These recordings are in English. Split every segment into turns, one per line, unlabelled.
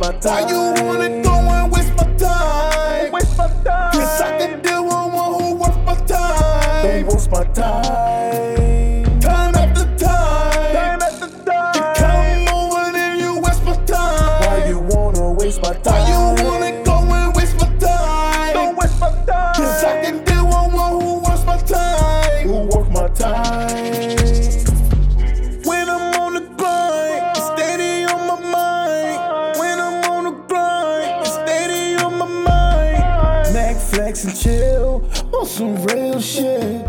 my time.
Why you wanna go and waste my time?
Waste my time.
Guess I can deal with one who worth my
Don't
time.
waste my time.
Time after time.
Time after time.
You come over there, you waste my time.
Why you wanna waste my time?
Why you wanna go and waste my time?
Don't waste my time.
Cause I can deal with one who wants my time.
Who work my time?
When I'm on the grind, it's steady on my mind. When I'm on the grind, it's steady on my mind. Mac flex and chill on some real shit.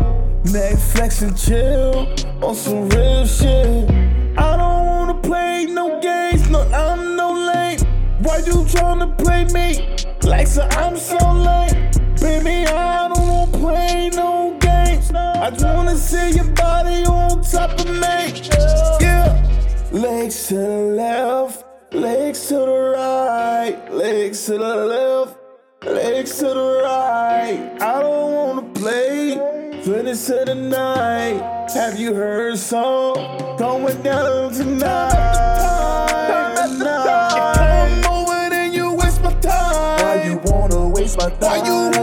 Mac flex and chill on some real shit. I don't wanna play no games, no, I'm no lame. Why you tryna play me? Like, so I'm so lame. Baby, I don't wanna play no games. I just wanna see your body on top of me. Yeah. Legs to the left, legs to the right, legs to the left, legs to the right. I don't wanna play finish of the night. Have you heard a song going down tonight?
Time after time.
Come over and you waste my time.
Why you wanna waste my time?
Why you